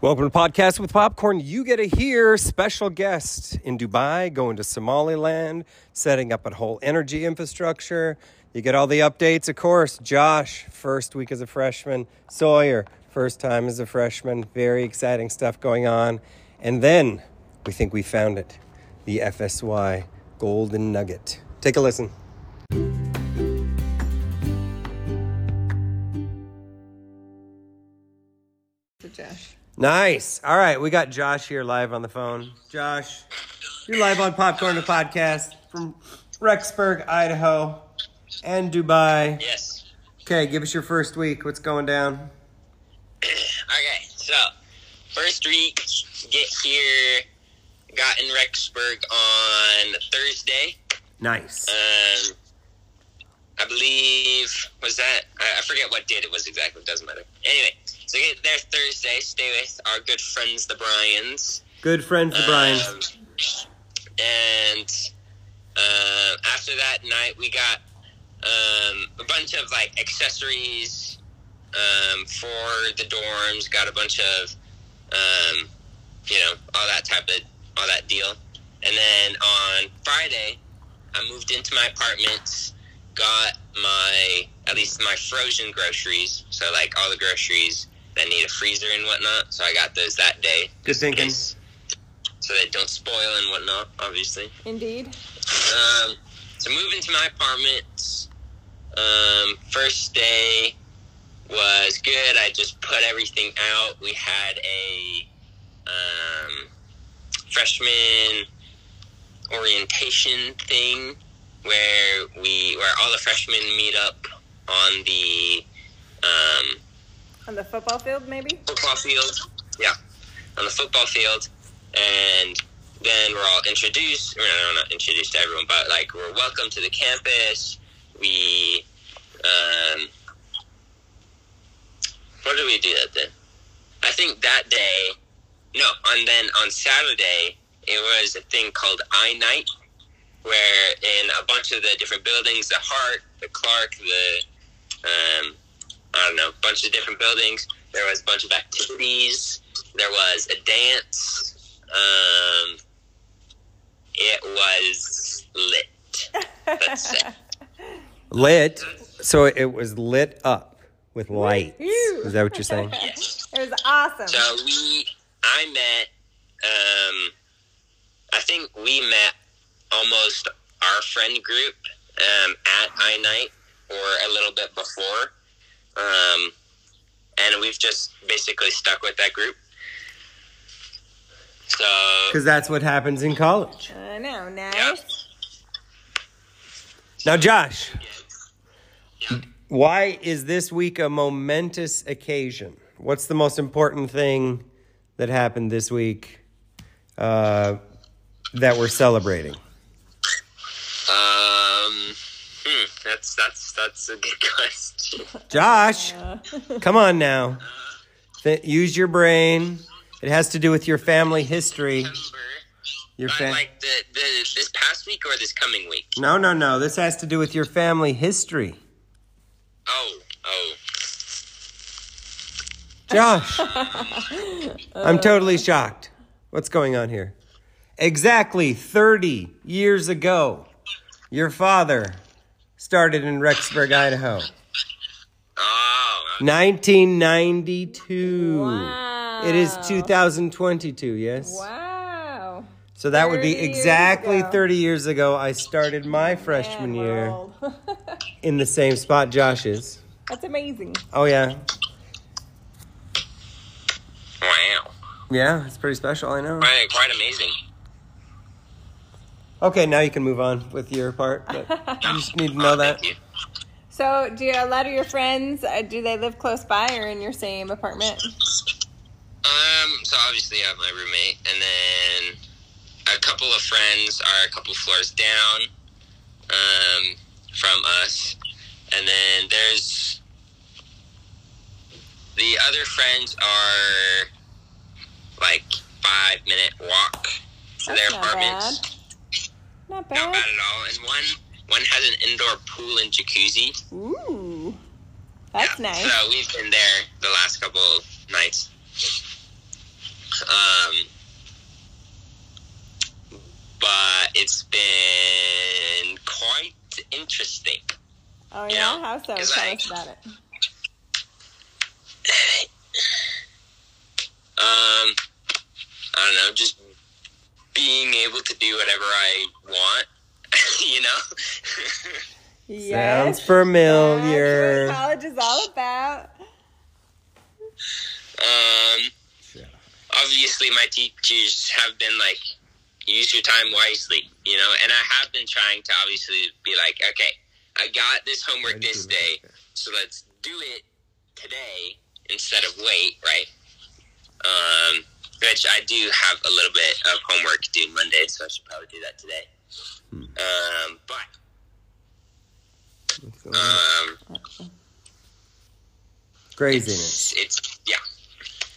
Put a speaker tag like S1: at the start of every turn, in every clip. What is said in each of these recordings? S1: Welcome to Podcast with Popcorn. You get to hear special guests in Dubai going to Somaliland, setting up a whole energy infrastructure. You get all the updates, of course. Josh, first week as a freshman. Sawyer, first time as a freshman. Very exciting stuff going on. And then we think we found it the FSY Golden Nugget. Take a listen.
S2: for Josh.
S1: Nice. All right, we got Josh here live on the phone. Josh, you're live on Popcorn the Podcast from Rexburg, Idaho, and Dubai.
S3: Yes.
S1: Okay, give us your first week. What's going down?
S3: Okay, so first week, get here, got in Rexburg on Thursday.
S1: Nice.
S3: Um, I believe, was that? I, I forget what date it was exactly, it doesn't matter. Anyway, so get there Thursday, stay with our good friends, the Bryans.
S1: Good friend for Brian.
S3: Um, and uh, after that night, we got um, a bunch of like accessories um, for the dorms. Got a bunch of um, you know all that type of all that deal. And then on Friday, I moved into my apartment. Got my at least my frozen groceries. So like all the groceries that need a freezer and whatnot. So I got those that day
S1: Good thinking.
S3: Yes. so they don't spoil and whatnot, obviously.
S2: Indeed.
S3: Um, so move into my apartment. Um, first day was good. I just put everything out. We had a um, freshman orientation thing where we where all the freshmen meet up on the um,
S2: On the football field, maybe?
S3: football field. Yeah, on the football field, and then we're all introduced. Or no, not introduced to everyone, but like we're welcome to the campus. We, um, what did we do that then? I think that day, no, and then on Saturday it was a thing called I Night, where in a bunch of the different buildings, the Hart, the Clark, the um, I don't know, a bunch of different buildings. There was a bunch of activities. There was a dance. Um, it was lit. That's it.
S1: Lit. So it was lit up with lights.
S2: Ew.
S1: Is that what you're saying?
S3: Yes.
S2: It was awesome.
S3: So we, I met, um, I think we met almost our friend group um, at I Night or a little bit before. Um, and we've just basically stuck with that group. So,
S1: Because that's what happens in college.
S2: I know, nice.
S3: yeah.
S1: Now, Josh,
S3: Yeah.
S1: why is this week a momentous occasion? What's the most important thing that happened this week uh, that we're celebrating?
S3: Um, hmm, that's that's that's a good question.
S1: Josh, come on now. Th- use your brain. It has to do with your family history. Your
S3: Uh,
S1: fa-
S3: like the, the this past week or this coming week?
S1: no, no, no. This has to do with your family history.
S3: Oh, oh.
S1: Josh, I'm totally shocked. What's going on here? Exactly 30 years ago, your father started in Rexburg, Idaho.
S3: Oh,
S1: 1992.
S2: Wow.
S1: It is 2022, yes?
S2: Wow.
S1: So that would be
S2: 30 years
S1: exactly
S2: ago.
S1: 30 years ago. I started my freshman
S2: Man, we're
S1: year
S2: old.
S1: in the same spot Josh is.
S2: That's amazing.
S1: Oh, yeah.
S3: wow.
S1: Yeah, it's pretty special, I know.
S3: Quite, quite amazing.
S1: Okay, now you can move on with your part, but you just need to know that.
S3: Uh, Thank you.
S2: So, do a lot of your friends, uh, do they live close by or in your same apartment?
S3: Um, so obviously I have my roommate, and then a couple of friends are a couple floors down um, from us, and then there's the other friends are like five minute walk to their
S2: That's not
S3: apartments.
S2: bad. Not
S3: Not bad
S2: bad.
S3: at all. And one one has an indoor pool and jacuzzi.
S2: Ooh. That's
S3: Yeah,
S2: nice.
S3: So we've been there the last couple nights. Um, it's been quite interesting.
S2: Oh
S3: You
S2: yeah,
S3: know,
S2: how so? Tell
S3: it's like-
S2: us about it.
S3: Um, I don't know, just being able to do whatever I want, you know?
S2: Yes,
S1: Sounds
S2: that's
S1: familiar.
S2: what college is all about.
S3: um,
S1: Shut up.
S3: obviously my teachers have been like use your time wisely you know and i have been trying to obviously be like okay i got this homework this day so let's do it today instead of wait right um which i do have a little bit of homework due monday so i should probably do that today um but
S1: What's going on?
S3: um
S1: Craziness.
S3: It's yeah.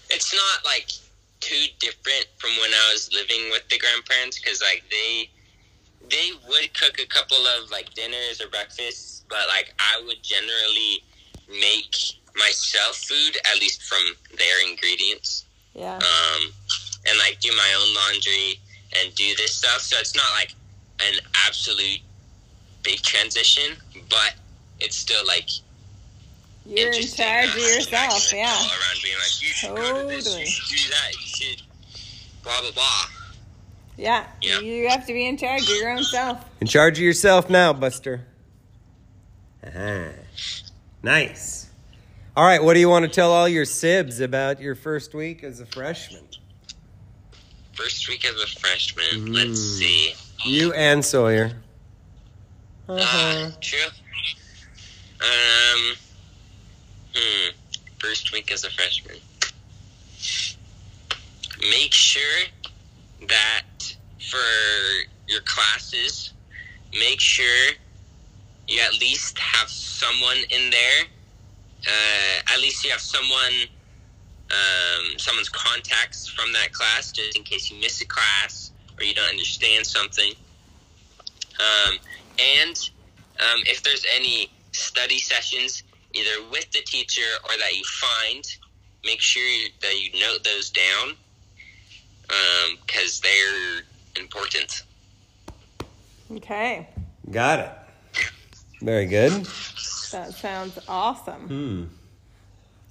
S3: It's not like too different from when I was living with the grandparents because like they they would cook a couple of like dinners or breakfasts, but like I would generally make myself food at least from their ingredients,
S2: Yeah.
S3: um, and like do my own laundry and do this stuff. So it's not like an absolute big transition, but it's still like
S2: You're in
S3: interesting,
S2: charge
S3: uh,
S2: of yourself,
S3: like,
S2: yeah.
S3: all around being like, you should go to this,
S2: Totally.
S3: you should do that, you should blah blah blah.
S2: Yeah.
S3: Yeah.
S2: You have to be in charge of your own self.
S1: In charge of yourself now, Buster. Uh-huh. Nice. All right, what do you want to tell all your sibs about your first week as a freshman?
S3: First week as a freshman. Let's
S1: Mm.
S3: see.
S1: You and Sawyer.
S3: Ah,
S1: Uh-huh.
S3: Uh, true. Um. Hmm. First week as a freshman. Make sure that for your classes, make sure you at least have someone in there. Uh, at least you have someone, um, someone's contacts from that class, just in case you miss a class or you don't understand something. Um, and um, if there's any study sessions, either with the teacher or that you find, make sure that you note those down because they're important.
S2: Okay.
S1: Got it. Very good.
S2: That sounds awesome.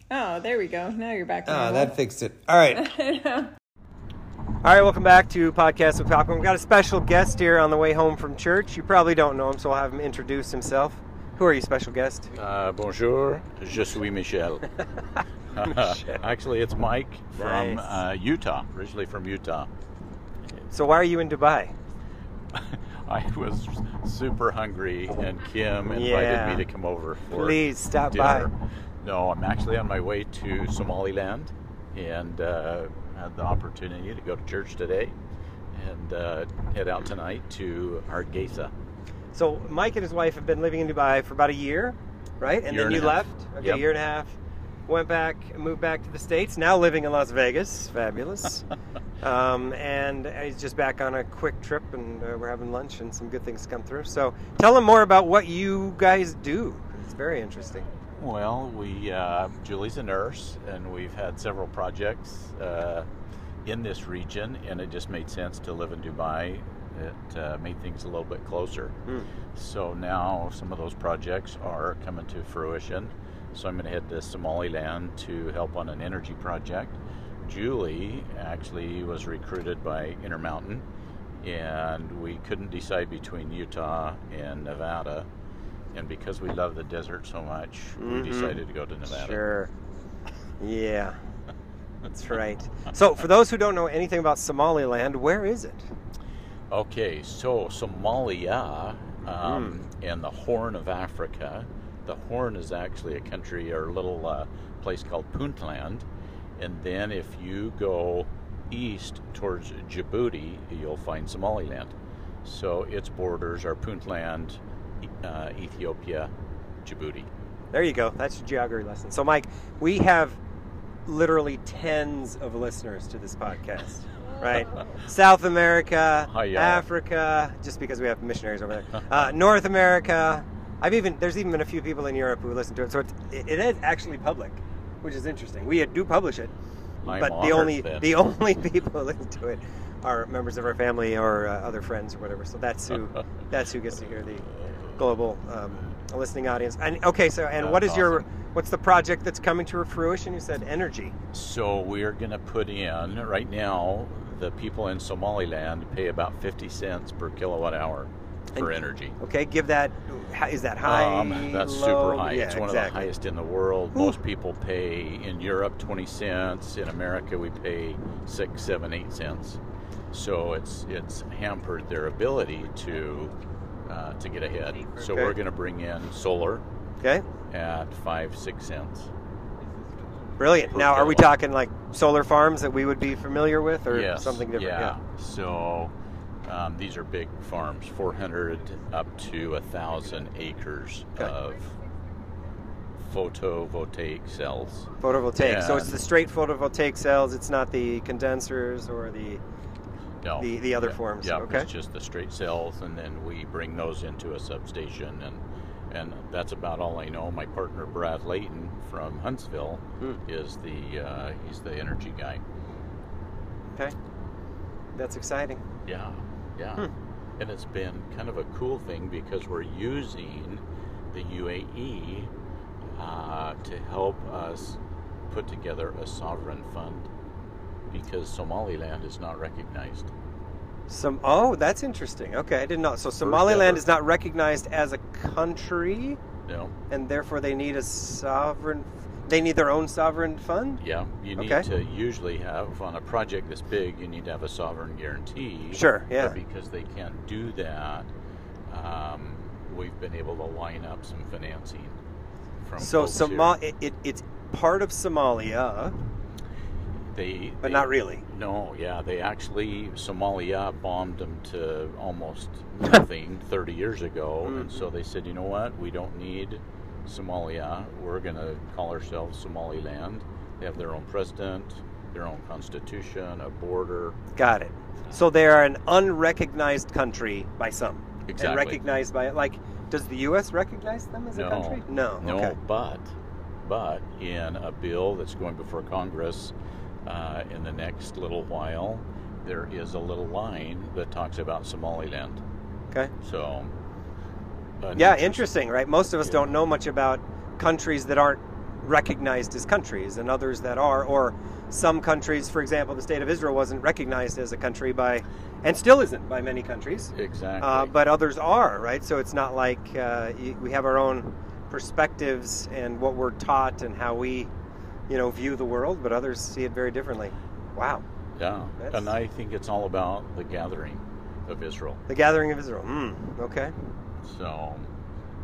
S1: Hmm.
S2: Oh, there we go. Now you're back.
S1: Ah,
S2: on
S1: that fixed it. All right.
S2: that.
S1: All right, welcome back to Podcast with Popcorn. We've got a special guest here on the way home from church. You probably don't know him, so I'll have him introduce himself. Who are you, special guest?
S4: Uh, bonjour, je suis Michel. Actually, it's Mike from
S1: Nice.
S4: uh, Utah, originally from Utah.
S1: So, why are you in Dubai?
S4: I was super hungry, and Kim invited
S1: Yeah.
S4: me to come over for
S1: Please stop
S4: dinner.
S1: by.
S4: No, I'm actually on my way to Somaliland, and uh, had the opportunity to go to church today, and uh, head out tonight to Hargeisa.
S1: So, Mike and his wife have been living in Dubai for about a year, right? And
S4: Year
S1: then
S4: and
S1: you
S4: a half.
S1: left. Okay,
S4: Yep.
S1: year and a half. Went back, moved back to the States, now living in Las Vegas. Fabulous. um, and he's just back on a quick trip, and uh, we're having lunch, and some good things come through. So, tell him more about what you guys do. It's very interesting.
S4: Well, we uh, Julie's a nurse, and we've had several projects uh, in this region, and it just made sense to live in Dubai. It uh, made things a little bit closer.
S1: Hmm.
S4: So now some of those projects are coming to fruition. So I'm going to head to Somaliland to help on an energy project. Julie actually was recruited by Intermountain, and we couldn't decide between Utah and Nevada. And because we love the desert so much,
S1: Mhm.
S4: we decided to go to Nevada.
S1: Sure. Yeah. That's right. So, for those who don't know anything about Somaliland, where is it?
S4: Okay, so Somalia um,
S1: Hmm.
S4: and the Horn of Africa. The Horn is actually a country or a little uh, place called Puntland. And then if you go east towards Djibouti, you'll find Somaliland. So its borders are Puntland, E- uh, Ethiopia, Djibouti.
S1: There you go. That's your geography lesson. So, Mike, we have literally tens of listeners to this podcast, right? South America,
S4: Hi-ya.
S1: Africa, just because we have missionaries over there. Uh, North America. I've even there's even been a few people in Europe who listen to it. So it's, it, it is actually public, which is interesting. We do publish it,
S4: I'm
S1: but the
S4: honored
S1: only
S4: then.
S1: the only people who listen to it our members of our family or uh, other friends or whatever. So that's who that's who gets to hear the global um, listening audience. And okay, so and what is
S4: That's
S1: your
S4: awesome.
S1: what's the project that's coming to fruition? You said energy.
S4: So we're going to put in right now. The people in Somaliland pay about fifty cents per kilowatt hour for
S1: And-
S4: energy.
S1: Okay, give that. Is that high?
S4: Um, that's
S1: low?
S4: super high.
S1: Yeah,
S4: it's one of the
S1: exactly.
S4: highest in the world. Most people pay in Europe twenty cents. In America, we pay six, seven, eight cents. So it's it's hampered their ability to uh, to get ahead. So
S1: Okay.
S4: we're going to bring in solar
S1: Okay,
S4: at five, six cents.
S1: brilliant.
S4: per
S1: Now, are we
S4: kilowatt.
S1: talking like solar farms that we would be familiar with, or
S4: Yes,
S1: something different?
S4: Yeah. So um, these are big farms, 400 up to a thousand acres
S1: Okay.
S4: of photovoltaic cells.
S1: Photovoltaic. So it's
S4: Yeah.
S1: the straight photovoltaic cells. It's not the condensers or the.
S4: No,
S1: The- the other
S4: yeah,
S1: forms,
S4: Yeah,
S1: okay.
S4: it's just the straight cells, and then we bring those into a substation, and and that's about all I know. My partner Brad Layton from Huntsville
S1: Hmm.
S4: is the uh, he's the energy guy.
S1: Okay, that's exciting.
S4: Yeah, yeah.
S1: Hmm.
S4: And it's been kind of a cool thing because we're using the UAE uh, to help us put together a sovereign fund because Somaliland is not recognized.
S1: Some oh, that's interesting. Okay, I did not. So Somaliland
S4: ever.
S1: is not recognized as a country,
S4: No,
S1: and therefore they need a sovereign. They need their own sovereign fund.
S4: yeah. You need
S1: Okay.
S4: to usually have, on a project this big, you need to have a sovereign guarantee.
S1: Sure, yeah.
S4: But because they can't do that, um, we've been able to line up some financing from
S1: So
S4: folks here.
S1: Somal, it, it, it's part of Somalia,
S4: they,
S1: but
S4: they-
S1: not really.
S4: No, yeah, they actually Somalia bombed them to almost nothing 30 years ago, and so they said, you know what, we don't need Somalia. We're gonna call ourselves Somaliland. They have their own president, their own constitution, a border.
S1: Got it. So they are an unrecognized country by some, and
S4: Exactly.
S1: recognized by like. Does the U.S. recognize them as a
S4: No.
S1: country? No.
S4: No,
S1: Okay.
S4: but but in a bill that's going before Congress uh, in the next little while, there is a little line that talks about Somaliland.
S1: Okay.
S4: So. an
S1: Yeah,
S4: interest-
S1: interesting, right? Most of us don't know much about countries that aren't recognized as countries and others that are, or some countries, for example, the state of Israel wasn't recognized as a country by, and still isn't by many countries,
S4: Exactly.
S1: uh, but others are, right? So it's not like uh, y- we have our own perspectives and what we're taught and how we, you know, view the world, but others see it very differently. Wow.
S4: yeah,
S1: that's-
S4: and I think it's all about the gathering of Israel.
S1: The gathering of Israel. Mm, okay.
S4: So,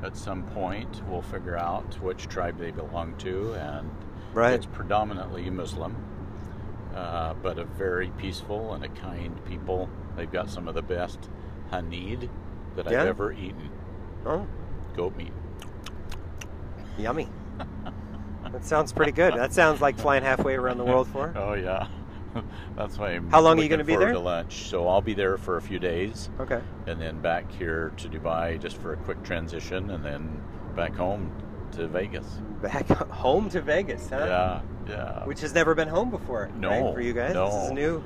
S4: at some point, we'll figure out which tribe they belong to, and
S1: Right.
S4: it's predominantly Muslim, uh, but a very peaceful and a kind people. They've got some of the best hanid that
S1: Yeah.
S4: I've ever eaten.
S1: Oh.
S4: Goat meat.
S1: Yummy. that sounds pretty good. That sounds like flying halfway around the world for.
S4: Oh yeah, that's why I'm.
S1: How long are you gonna
S4: looking
S1: be
S4: forward
S1: there?
S4: To lunch. So I'll be there for a few days.
S1: Okay.
S4: and then back here to Dubai just for a quick transition, and then back home to Vegas.
S1: Back home to Vegas, huh?
S4: Yeah, yeah.
S1: Which has never been home before.
S4: No,
S1: Right, for you guys. This is
S4: no.
S1: new.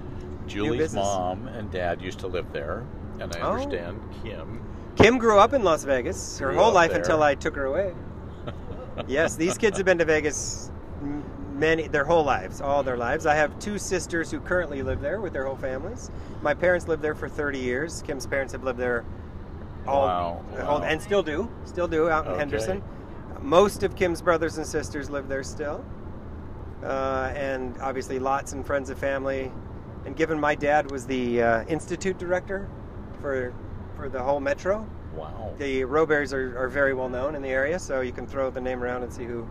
S4: Julie's
S1: business.
S4: mom and dad used to live there, and I
S1: Oh.
S4: understand Kim.
S1: Kim grew up in Las Vegas her
S4: Grew
S1: whole
S4: up
S1: life
S4: there.
S1: until I took her away. yes, these kids have been to Vegas m- many their whole lives, all their lives. I have two sisters who currently live there with their whole families. My parents lived there for 30 years. Kim's parents have lived there all
S4: Wow,
S1: their whole-
S4: wow.
S1: and still do, still do out in
S4: Okay.
S1: Henderson. Most of Kim's brothers and sisters live there still. Uh, and obviously lots and friends of family. And given my dad was the uh, institute director for for the whole metro,
S4: Wow.
S1: the Roberries are, are very well known in the area, so you can throw the name around and see who,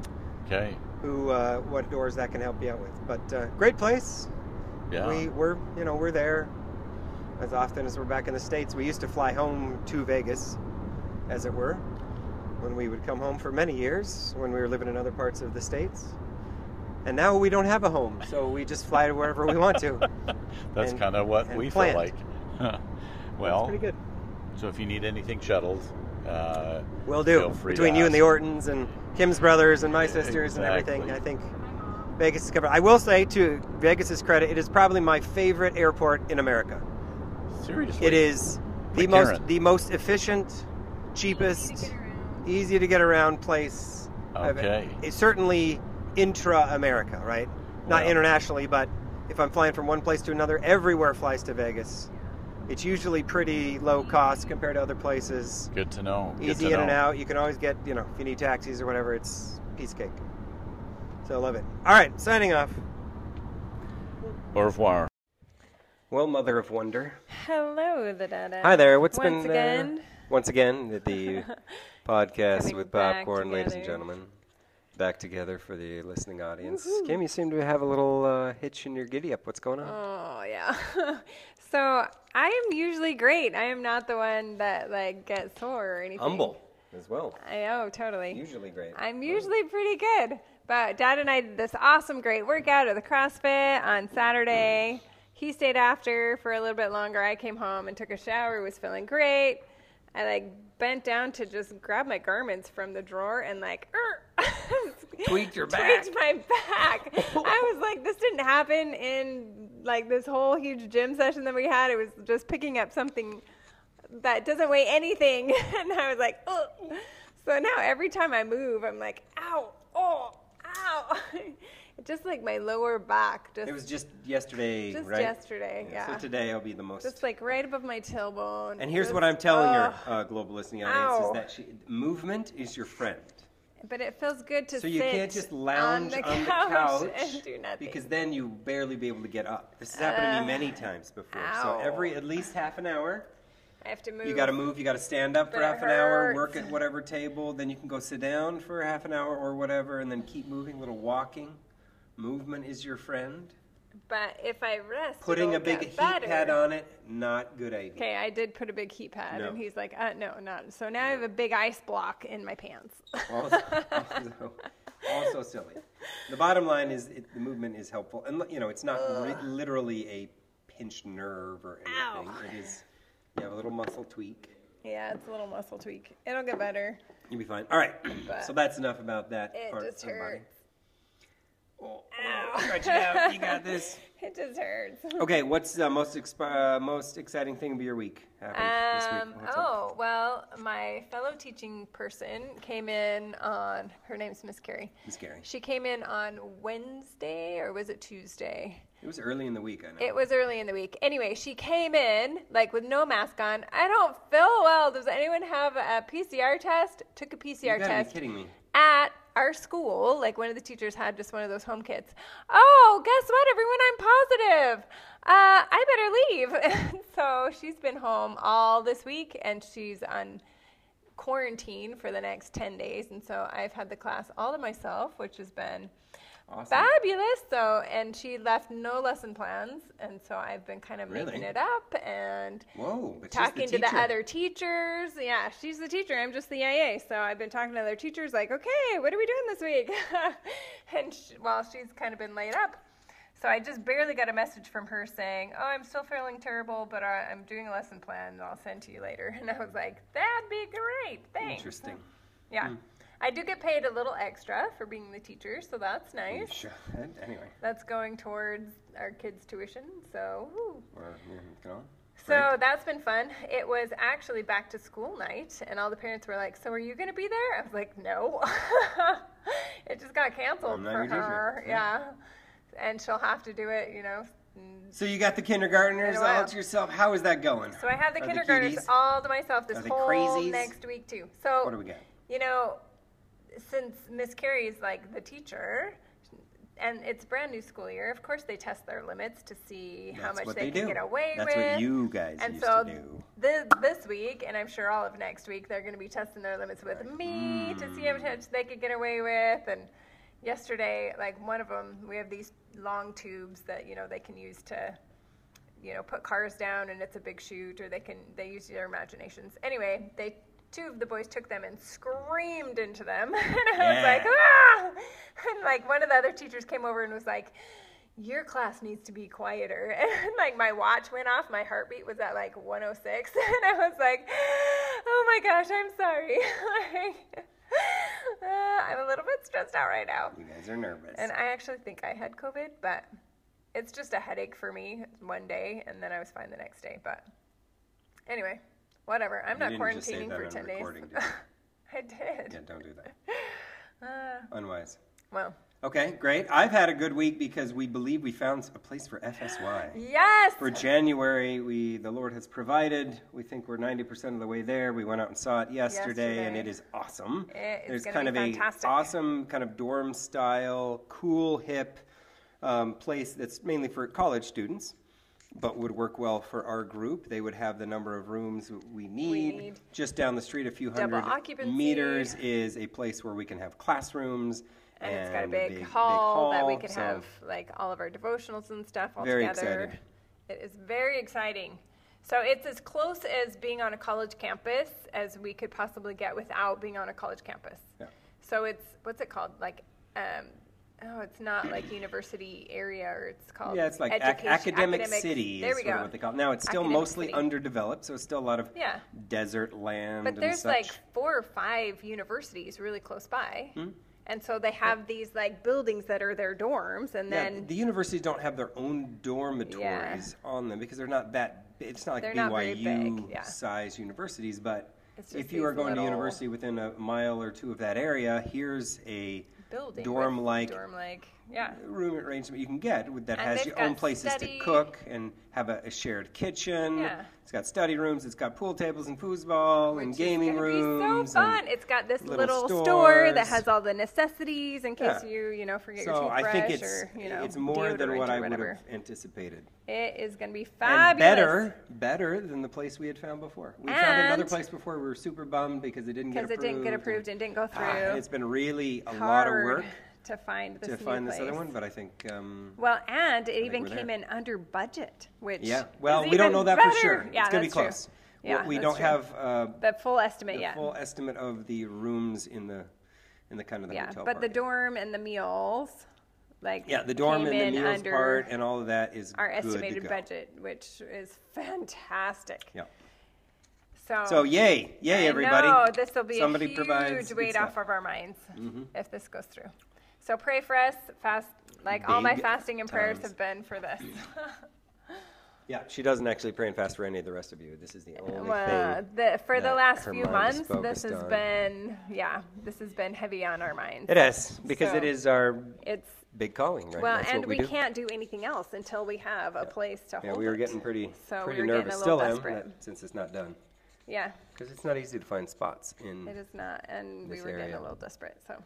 S4: Okay.
S1: who, uh, what doors that can help you out with. But uh, great place.
S4: Yeah.
S1: We we're you know we're there as often as we're back in the states. We used to fly home to Vegas, as it were, when we would come home for many years when we were living in other parts of the states. And now we don't have a home, so we just fly to wherever we want to.
S4: That's
S1: and-
S4: kind of what
S1: and
S4: we
S1: planned.
S4: feel like.
S1: That's
S4: well,
S1: pretty good.
S4: so if you need anything shuttled, uh,
S1: Will
S4: feel
S1: do.
S4: free to
S1: Between you and the
S4: ask.
S1: Ortons and Kim's brothers and my sisters and everything, I
S4: Exactly.
S1: think Vegas is covered. I will say to Vegas's credit, it is probably my favorite airport in America.
S4: Seriously.
S1: It is the
S4: Like
S1: most
S4: Karen.
S1: the most efficient, cheapest, easy to get around place. I've-
S4: Okay.
S1: It's certainly intra-America, right? Not
S4: Well.
S1: internationally, but if I'm flying from one place to another, everywhere flies to Vegas. It's usually pretty low cost compared to other places.
S4: Good to know. Good
S1: Easy
S4: to
S1: in and
S4: know.
S1: out. You can always get, you know, if you need taxis or whatever, it's piece of cake. So I love it. All right, signing off.
S4: Au revoir.
S1: Well, mother of wonder.
S2: Hello, the dada.
S1: Hi there. What's
S2: Once
S1: been uh,
S2: again.
S1: once again the, the podcast
S2: Coming
S1: with
S2: back
S1: popcorn, ladies and
S2: together.
S1: gentlemen, back together for the listening audience. Kim, you seem to have a little uh, hitch in your giddy up. What's going on?
S2: Oh yeah. so I am usually great. I am not the one that like gets sore or anything.
S1: Humble as well.
S2: I know totally.
S1: Usually great.
S2: I'm usually pretty good, but Dad and I did this awesome, great workout at the CrossFit on Saturday. He stayed after for a little bit longer. I came home and took a shower. Was feeling great. I like bent down to just grab my garments from the drawer and like er,
S1: Tweaked your
S2: tweaked my back. I was like, this didn't happen in like this whole huge gym session that we had. It was just picking up something that doesn't weigh anything. And I was like, oh. So now every time I move, I'm like, ow, oh, ow. just like my lower back, just,
S1: It was just yesterday,
S2: just
S1: right?
S2: yesterday. Yeah.
S1: So today will be the most.
S2: just like right above my tailbone.
S1: and here's
S2: Just-
S1: what I'm telling
S2: ugh.
S1: your uh, global listening audience
S2: Ow.
S1: is that she, movement is your friend.
S2: But it feels good to
S1: So you
S2: sit
S1: can't just lounge
S2: on the couch, and do nothing.
S1: because then you barely be able to get up. This has happened to me many times before. So
S2: ow.
S1: every at least half an hour,
S2: I have to move.
S1: you got to move. You got to stand up for
S2: But it
S1: half an hour, work
S2: hurts.
S1: at whatever table, then you can go sit down for half an hour or whatever, and then keep moving. Little walking, movement is your friend.
S2: But if I rest,
S1: Putting a
S2: it'll
S1: big
S2: get
S1: heat
S2: better.
S1: pad on it, not good idea.
S2: Okay, I did put a big heat pad,
S1: No.
S2: and he's like, uh, no, not. So now I have a big ice block in my pants.
S1: also, also, also silly. The bottom line is it, the movement is helpful, and you know it's not ri- literally a pinched nerve or anything.
S2: Ow.
S1: It is you have a little muscle tweak.
S2: yeah, it's a little muscle tweak. It'll get better.
S1: You'll be fine. All right.
S2: But
S1: so that's enough about that
S2: it
S1: part
S2: just
S1: of the body.
S2: hurts.
S1: Oh, oh, stretch it out. You got this.
S2: It just hurts.
S1: Okay. What's the most expi- uh, most exciting thing of your week happened
S2: Um,
S1: this week? What's up?
S2: oh, well, my fellow teaching person came in on, her name's Miss Carrie.
S1: It's scary.
S2: She came in on Wednesday, or was it Tuesday?
S1: It was early in the week. I know.
S2: It was early in the week. Anyway, she came in like with no mask on. I don't feel well. Does anyone have a PCR test? Took a PCR
S1: you gotta
S2: test
S1: be kidding me.
S2: at our school. Like one of the teachers had just one of those home kits. Oh, guess what, everyone? I'm positive. Uh, I better leave. so she's been home all this week, and she's on quarantine for the next ten days. And so I've had the class all to myself, which has been
S1: Awesome.
S2: fabulous though and she left no lesson plans and so i've been kind of making
S1: Really?
S2: it up and
S1: Whoa. But she's
S2: talking to the
S1: teacher.
S2: other teachers yeah she's the teacher i'm just the ia so i've been talking to other teachers like okay what are we doing this week and sh while she's kind of been laid up so i just barely got a message from her saying oh i'm still feeling terrible but I, i'm doing a lesson plan and i'll send to you later and i was like that'd be great thanks
S1: Interesting. Hmm.
S2: yeah i do get paid a little extra for being the teacher so that's nice
S1: Sure. Anyway.
S2: that's going towards our kids' tuition. So, woo.
S1: Or, yeah, you know,
S2: so
S1: right?
S2: that's been fun. It was actually back to school night, and all the parents were like, "So are you going to be there?" I was like, "No." it just got canceled
S1: I'm not
S2: for
S1: your teacher.
S2: her. Yeah, and she'll have to do it. You know.
S1: So you got the kindergartners
S2: Been a while.
S1: all to yourself. How is that going?
S2: So I have the
S1: Are
S2: kindergartners
S1: cuties-
S2: all to myself this
S1: Are the
S2: whole
S1: crazies?
S2: next week too. So
S1: What do we got?
S2: you know, since Miss Carrie's like the teacher, and it's brand new school year, of course they test their limits to see how
S1: That's
S2: much
S1: what
S2: they,
S1: they
S2: can
S1: do.
S2: get away
S1: That's
S2: with.
S1: what you guys
S2: and
S1: used
S2: so
S1: to do.
S2: This, this week, and I'm sure all of next week, they're going to be testing their limits with me to see how
S1: Mm.
S2: much they could get away with. And yesterday, like one of them, we have these long tubes that you know they can use to you know, put cars down and it's a big shoot, or they can they use their imaginations. Anyway, they two of the boys took them and screamed into them, and I was
S1: Yeah.
S2: like, ah! And like one of the other teachers came over and was like, your class needs to be quieter. And like my watch went off, my heartbeat was at oh like 106, and I was like, oh my gosh, I'm sorry. Like, Uh, I'm a little bit stressed out right now.
S1: You guys are nervous.
S2: And I actually think I had COVID, but it's just a headache for me one day, and then I was fine the next day. But anyway, whatever. I'm
S1: You
S2: not
S1: didn't just say
S2: quarantining
S1: that
S2: for
S1: on
S2: 10 days.
S1: recording, did you?
S2: I did.
S1: yeah, don't do that.
S2: Uh.
S1: Unwise.
S2: Well,
S1: Okay, great. I've had a good week because we believe we found a place for FSY.
S2: yes!
S1: For January, we the Lord has provided. We think we're 90% of the way there. We went out and saw it yesterday, and
S2: Yesterday.
S1: it is awesome.
S2: It is
S1: There's kind
S2: gonna be
S1: of
S2: fantastic.
S1: a awesome kind of dorm style, cool, hip um, place that's mainly for college students, but would work well for our group. They would have the number of rooms we need.
S2: need
S1: Just down the street, a few
S2: double
S1: hundred
S2: occupancy.
S1: meters is a place where we can have classrooms.
S2: and it's got a
S1: and
S2: big, hall, that we
S1: hall,
S2: could
S1: so-
S2: have like all of our devotionals and stuff all
S1: Very
S2: together.
S1: excited.
S2: It is very exciting. So it's as close as being on a college campus as we could possibly get without being on a college campus.
S1: Yeah.
S2: So it's what's it called? Like, um, oh, it's not like university area, or it's called
S1: Yeah, it's like ac-
S2: uh, education-
S1: academic, city
S2: There
S1: is
S2: we
S1: sort
S2: go.
S1: of what they call it. Now, it's still
S2: Academic
S1: mostly
S2: city.
S1: underdeveloped, so it's still a lot of
S2: Yeah.
S1: desert land
S2: But
S1: and
S2: there's
S1: such. Hmm?
S2: like four or five universities really close by. And so they have these like buildings that are their dorms, and
S1: Yeah,
S2: then
S1: the universities don't have their own dormitories on them because they're not that. bi- It's not like
S2: They're not very
S1: BYU
S2: big, yeah.
S1: size universities, but
S2: It's just
S1: if you are
S2: these
S1: going to
S2: little-
S1: university within a mile or two of that area, here's a
S2: building
S1: dorm-like
S2: dorm like yeah
S1: room arrangement you can get with- that
S2: And
S1: has
S2: they've
S1: your own
S2: got
S1: places
S2: study-
S1: to cook and have a, a shared kitchen.
S2: Yeah.
S1: It's got study rooms. It's got pool tables and foosball Oh, and gaming
S2: It'd be
S1: rooms.
S2: so fun.
S1: and-
S2: It's got this
S1: little
S2: little store that
S1: stores.
S2: has all the necessities in case
S1: Yeah.
S2: you you know forget
S1: so
S2: your
S1: I
S2: toothbrush
S1: think it's
S2: or you know
S1: it's more than what
S2: deodorant or
S1: I would
S2: whatever.
S1: have anticipated.
S2: It is going to be
S1: And
S2: fabulous.
S1: better, better than the place we had found before. We found another
S2: And-
S1: place before. We were super bummed because it didn't get
S2: because
S1: approved.
S2: it didn't get approved and didn't go through.
S1: Ah, it's been really a lot of
S2: Hard
S1: work
S2: to find this
S1: to
S2: new
S1: find this other
S2: place.
S1: one, but I think um,
S2: Well, and it even
S1: we're there.
S2: came in under budget, which
S1: yeah. Well,
S2: is
S1: we don't
S2: even
S1: know that for
S2: better.
S1: sure.
S2: Yeah,
S1: it's gonna be
S2: that's true.
S1: close. We-
S2: Yeah,
S1: we
S2: that's
S1: don't
S2: true.
S1: have uh,
S2: the full estimate
S1: the
S2: yet.
S1: full estimate of the rooms in the in the kind of the
S2: yeah,
S1: hotel.
S2: but the
S1: market.
S2: dorm and the meals, like
S1: yeah, the dorm
S2: came
S1: and the
S2: in
S1: meals
S2: under
S1: part and all of that is
S2: our
S1: good to
S2: estimated
S1: go.
S2: budget, which is fantastic.
S1: Yeah.
S2: So,
S1: So yay, yay
S2: Oh. I
S1: everybody!
S2: know this will be
S1: Somebody
S2: a huge
S1: provides Mm-hmm. good
S2: weight off
S1: stuff.
S2: of our minds if this goes through. So pray for us, fast like all my
S1: Big
S2: fasting and prayers
S1: times.
S2: have been for this.
S1: Yeah, she doesn't actually pray and fast for any of the rest of you. This is the only
S2: Uh, well,
S1: thing.
S2: the, for the
S1: that
S2: last
S1: her
S2: few
S1: mind is
S2: months,
S1: focused
S2: this has
S1: on.
S2: been yeah, this has been heavy on our minds.
S1: It is because
S2: So-
S1: it is our
S2: It's
S1: big calling, right?
S2: well,
S1: That's
S2: and
S1: what we, do.
S2: can't do anything else until we have a place to
S1: Yeah,
S2: hold
S1: we were
S2: it.
S1: getting pretty,
S2: So we
S1: pretty
S2: were getting
S1: nervous.
S2: a little
S1: Still am
S2: desperate.
S1: that- since it's not done
S2: yeah.
S1: because it's not easy to find spots in.
S2: It is not, and we
S1: this
S2: were getting
S1: area.
S2: a little desperate. So,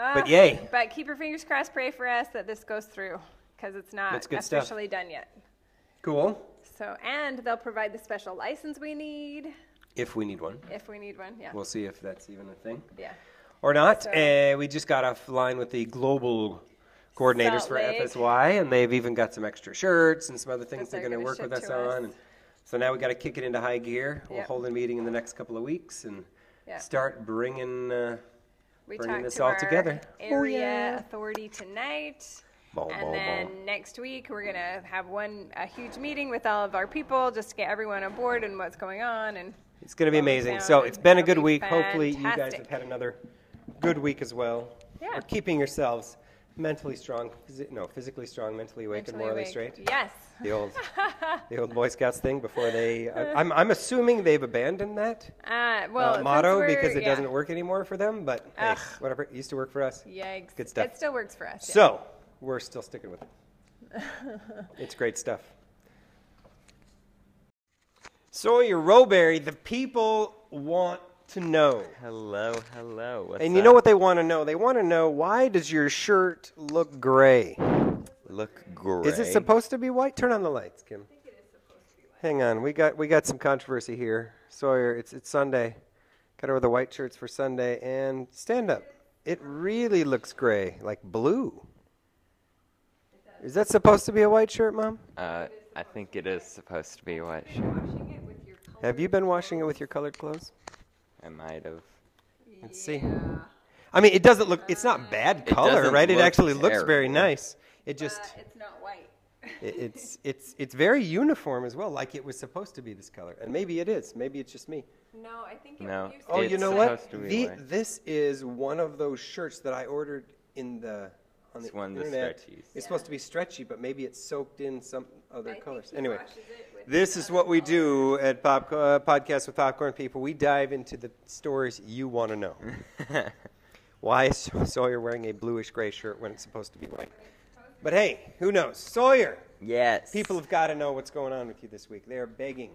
S2: Ah,
S1: yay.
S2: But keep your fingers crossed. Pray for us that this goes through, because it's not
S1: That's good stuff.
S2: officially done yet.
S1: Cool.
S2: So, and they'll provide the special license we need
S1: If we need one,
S2: if we need one. Yeah,
S1: we'll see if that's even a thing
S2: yeah.
S1: or not.
S2: So-
S1: Uh, we just got offline with the global coordinators
S2: Salt
S1: for
S2: Lake.
S1: FSY, and they've even got some extra shirts and some other things they're
S2: they're
S1: going to
S2: gonna
S1: work
S2: ship
S1: with us
S2: to us.
S1: on. And so now we got to kick it into high gear. We'll
S2: Yep.
S1: hold a meeting in the next couple of weeks and
S2: Yep.
S1: start bringing. Uh,
S2: We
S1: Bringing
S2: talked
S1: this
S2: to
S1: all
S2: our
S1: together. Oh,
S2: area
S1: yeah.
S2: authority tonight.
S1: Boom,
S2: and
S1: boom,
S2: then
S1: boom.
S2: next week we're gonna have one a huge meeting with all of our people, just to get everyone on board and what's going on and
S1: It's going to be
S2: Thumbs
S1: amazing.
S2: down
S1: So
S2: and
S1: it's been a
S2: it'll
S1: good
S2: be
S1: week. Hopefully, you guys
S2: fantastic.
S1: have had another good week as well.
S2: Yeah.
S1: Or keeping yourselves mentally strong, phys- no, physically strong, mentally awake,
S2: mentally
S1: and morally
S2: awake.
S1: straight.
S2: Yes.
S1: The old, the old Boy Scouts thing before they. I, I'm, I'm assuming they've abandoned that
S2: Uh, well,
S1: uh,
S2: since
S1: motto
S2: we're-
S1: because it
S2: yeah.
S1: doesn't work anymore for them. But hey,
S2: Ugh.
S1: whatever, it used to work for us.
S2: Yikes.
S1: Good stuff.
S2: It still works for us. yeah.
S1: So we're still sticking with it. it's great stuff. Sawyer Roberry, the people want to know.
S5: Hello, hello. What's
S1: And you
S5: up?
S1: know what they want to know? They want to know why does your shirt look gray?
S5: Look great.
S1: Is it supposed to be white? Turn on the lights, Kim. Hang on, we got we got some controversy here. Sawyer, it's it's Sunday. Got over the white shirts for Sunday and stand up. It really looks gray, like blue. Is that supposed to be a white shirt, Mom?
S5: Uh, I think it is supposed to be white shirt.
S2: Washing it with your color.
S1: Have you been washing it with your colored clothes?
S5: I might have.
S1: Let's see. I mean, it doesn't look. It's not bad color,
S5: doesn't
S1: right? It
S5: look
S1: actually looks very
S5: terrible.
S1: nice. It just
S2: It's not white.
S1: It- It's it's it's very uniform as well. Like it was supposed to be this color, and maybe it is. Maybe it's just me.
S2: No, I think it
S5: No,
S2: used to
S1: Oh,
S5: It's
S1: you know
S5: supposed
S1: what?
S5: to be
S1: The,
S5: white.
S1: this is one of those shirts that I ordered in the on the
S5: It's one of the
S1: internet.
S5: stretchies.
S1: It's supposed to be stretchy, but maybe it soaked in some other
S2: I think
S1: colors.
S2: he
S1: Anyway,
S2: washes it with
S1: this
S2: the
S1: is
S2: other
S1: what we
S2: color.
S1: do at Pop uh, Podcast with Popcorn People. We dive into the stories you want to know. Why is Sawyer wearing a bluish gray shirt when it's supposed to be white? But hey, who knows? Sawyer,
S5: yes.
S1: people have got to know what's going on with you this week. They are begging.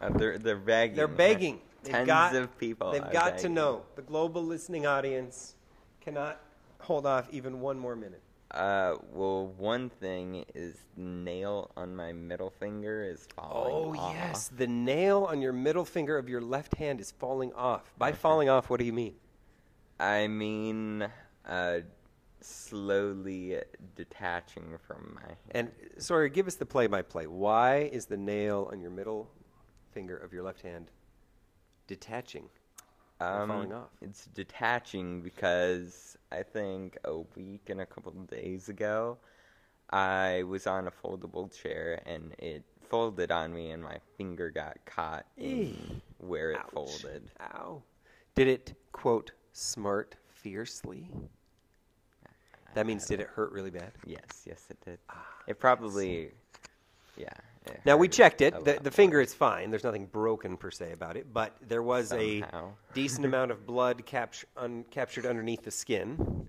S5: Uh, they're they're begging.
S1: They're begging. They've
S5: Tens
S1: got,
S5: of people.
S1: They've
S5: are
S1: got to
S5: begging.
S1: know. The global listening audience cannot hold off even one more minute.
S5: Uh, well, one thing is nail on my middle finger is
S1: Oh,
S5: falling off.
S1: the nail on your middle finger of your left hand is falling off. By falling off, what do you mean?
S5: I mean, uh, slowly detaching from my hand.
S1: And sorry, give us the play-by-play. Why is the nail on your middle finger of your left hand detaching? They're falling off.
S5: Um, It's detaching because I think a week and a couple of days ago, I was on a foldable chair and it folded on me, and my finger got caught in where it
S1: Ouch.
S5: folded.
S1: Ow. Did it quote smart fiercely? That means did it hurt really bad?
S5: Yes, yes, it did. It probably, yeah. it
S1: Ah, Now we
S5: hurt
S1: checked it.
S5: a
S1: The,
S5: lot
S1: the
S5: more.
S1: finger is fine. There's nothing broken per se about it, but there was
S5: Somehow.
S1: a decent amount of blood capture, un, captured underneath the skin,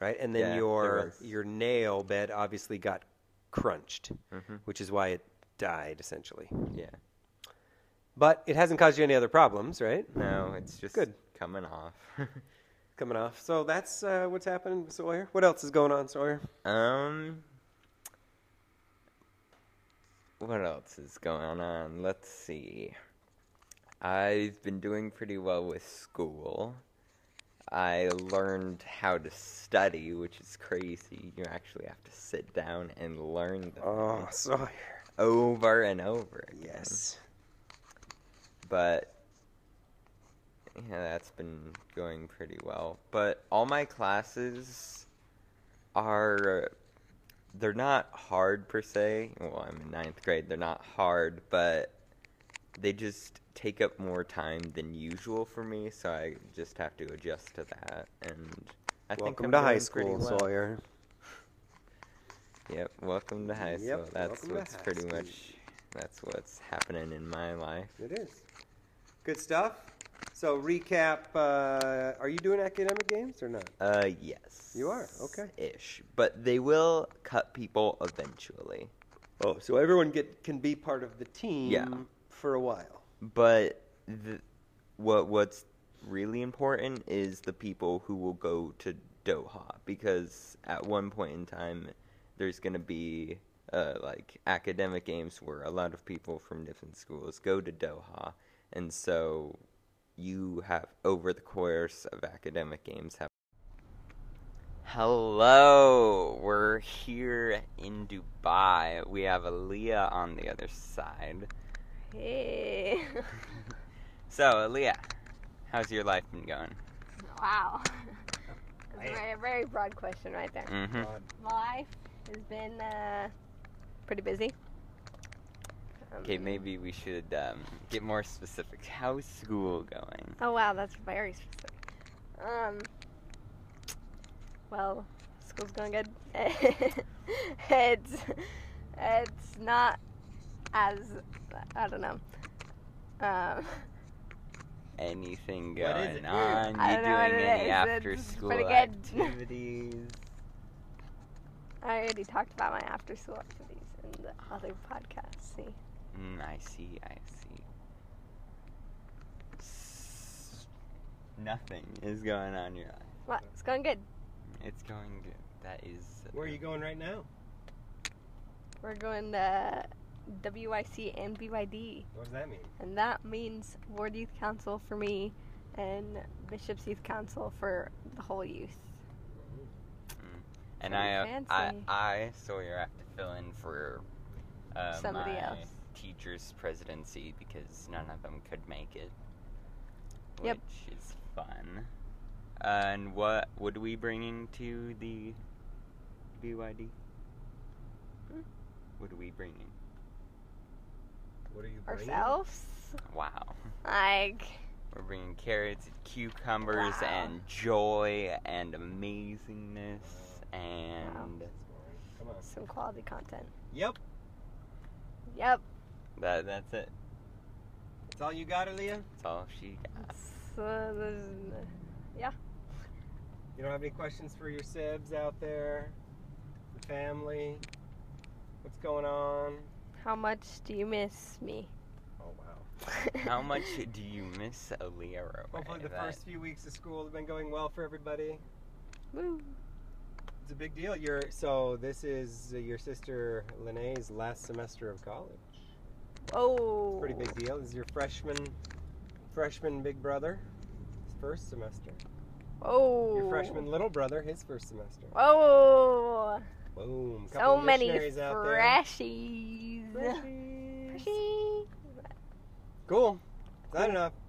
S1: right? And then
S5: Yeah, there
S1: your
S5: was.
S1: your nail bed obviously got crunched,
S5: Mm-hmm.
S1: which is why it died essentially.
S5: Yeah.
S1: But it hasn't caused you any other problems, right?
S5: No, it's just
S1: Good.
S5: coming off.
S1: Coming off. So that's uh, what's happening, with Sawyer. What else is going on, Sawyer?
S5: um. What else is going on? Let's see. I've been doing pretty well with school. I learned how to study, which is crazy. You actually have to sit down and learn them
S1: Oh, Sawyer.
S5: over and over again.
S1: Yes.
S5: but yeah, that's been going pretty well. But all my classes are they're not hard per se. Well, I'm in ninth grade. They're not hard, but they just take up more time than usual for me, so I just have to adjust to that. And I think
S1: Welcome
S5: I'm
S1: to high
S5: doing pretty
S1: school,
S5: well.
S1: Sawyer.
S5: Yep, welcome to high
S1: Yep,
S5: school. That's
S1: welcome to
S5: what's
S1: high
S5: pretty
S1: school.
S5: much that's what's happening in my life.
S1: It is. Good stuff. So recap. Uh, are you doing academic games or not?
S5: Uh, yes.
S1: You are? Okay.
S5: Ish, but they will cut people eventually.
S1: Oh, so everyone get can be part of the team
S5: Yeah.
S1: for a while.
S5: But the, what what's really important is the people who will go to Doha because at one point in time, there's gonna be uh, like academic games where a lot of people from different schools go to Doha, and so you have over the course of academic games have. Hello, we're here in Dubai. We have Aaliyah on the other side.
S6: Hey.
S5: So, Aaliyah, how's your life been going?
S6: wow. That's a very, very broad question right there.
S5: Mm-hmm.
S1: Mm.
S6: Life has been uh, pretty busy. Um,
S5: Okay, maybe we should um, get more specific. How's school going?
S6: Oh wow, that's very specific. Um. Well, school's going good. it's it's not as I don't know. Um,
S5: Anything
S1: What is
S5: going
S1: it?
S5: on?
S6: I
S5: Uh, you
S6: don't
S5: doing
S6: know what it
S5: any
S6: is.
S5: after
S6: It's
S5: school
S6: pretty good.
S5: activities?
S6: I already talked about my after school activities in the other podcast. See.
S5: Mm, I see, I see. S- Nothing is going on in your life.
S6: Well, it's going good.
S5: It's going good. That is.
S1: Where are you going right now?
S6: We're going to WYC and BYD,
S1: What does that mean?
S6: and that means Ward Youth Council for me and Bishop's Youth Council for the whole youth.
S5: And
S6: Sounds
S5: I, uh, I,
S6: fancy.
S5: I, Sawyer, have to fill in for uh,
S6: Somebody
S5: my
S6: else.
S5: teacher's presidency because none of them could make it.
S6: Yep.
S5: Which is fun. and what
S6: Hmm?
S5: would we bringing to the BYD? bringing?
S1: What are you bringing?
S2: Ourselves?
S5: Wow.
S2: Like,
S5: We're bringing carrots and cucumbers
S2: Wow.
S5: and joy and amazingness and
S1: Come on.
S2: some quality content.
S1: Yep.
S2: Yep.
S5: that, that's it.
S1: That's all you got, Aaliyah?
S5: That's all she got.
S2: So there's-
S1: You don't have any questions for your sibs out there? The family? What's going on?
S2: how much do you miss me?
S1: Oh, wow.
S5: How much do you miss Aaliyah Rowe?
S1: Hopefully, the
S5: That-
S1: first few weeks of school have been going well for everybody.
S2: Woo.
S1: It's a big deal. You're so this is uh, your sister Linnee's last semester of college.
S2: Oh.
S1: Pretty big deal. This is your freshman, freshman big brother, his first semester.
S2: Oh.
S1: Your freshman little brother, his first semester.
S2: Oh.
S1: Boom. Couple
S2: So many
S1: missionaries out there.
S2: freshies.
S1: Freshies.
S2: Freshie.
S1: Cool. Is that enough?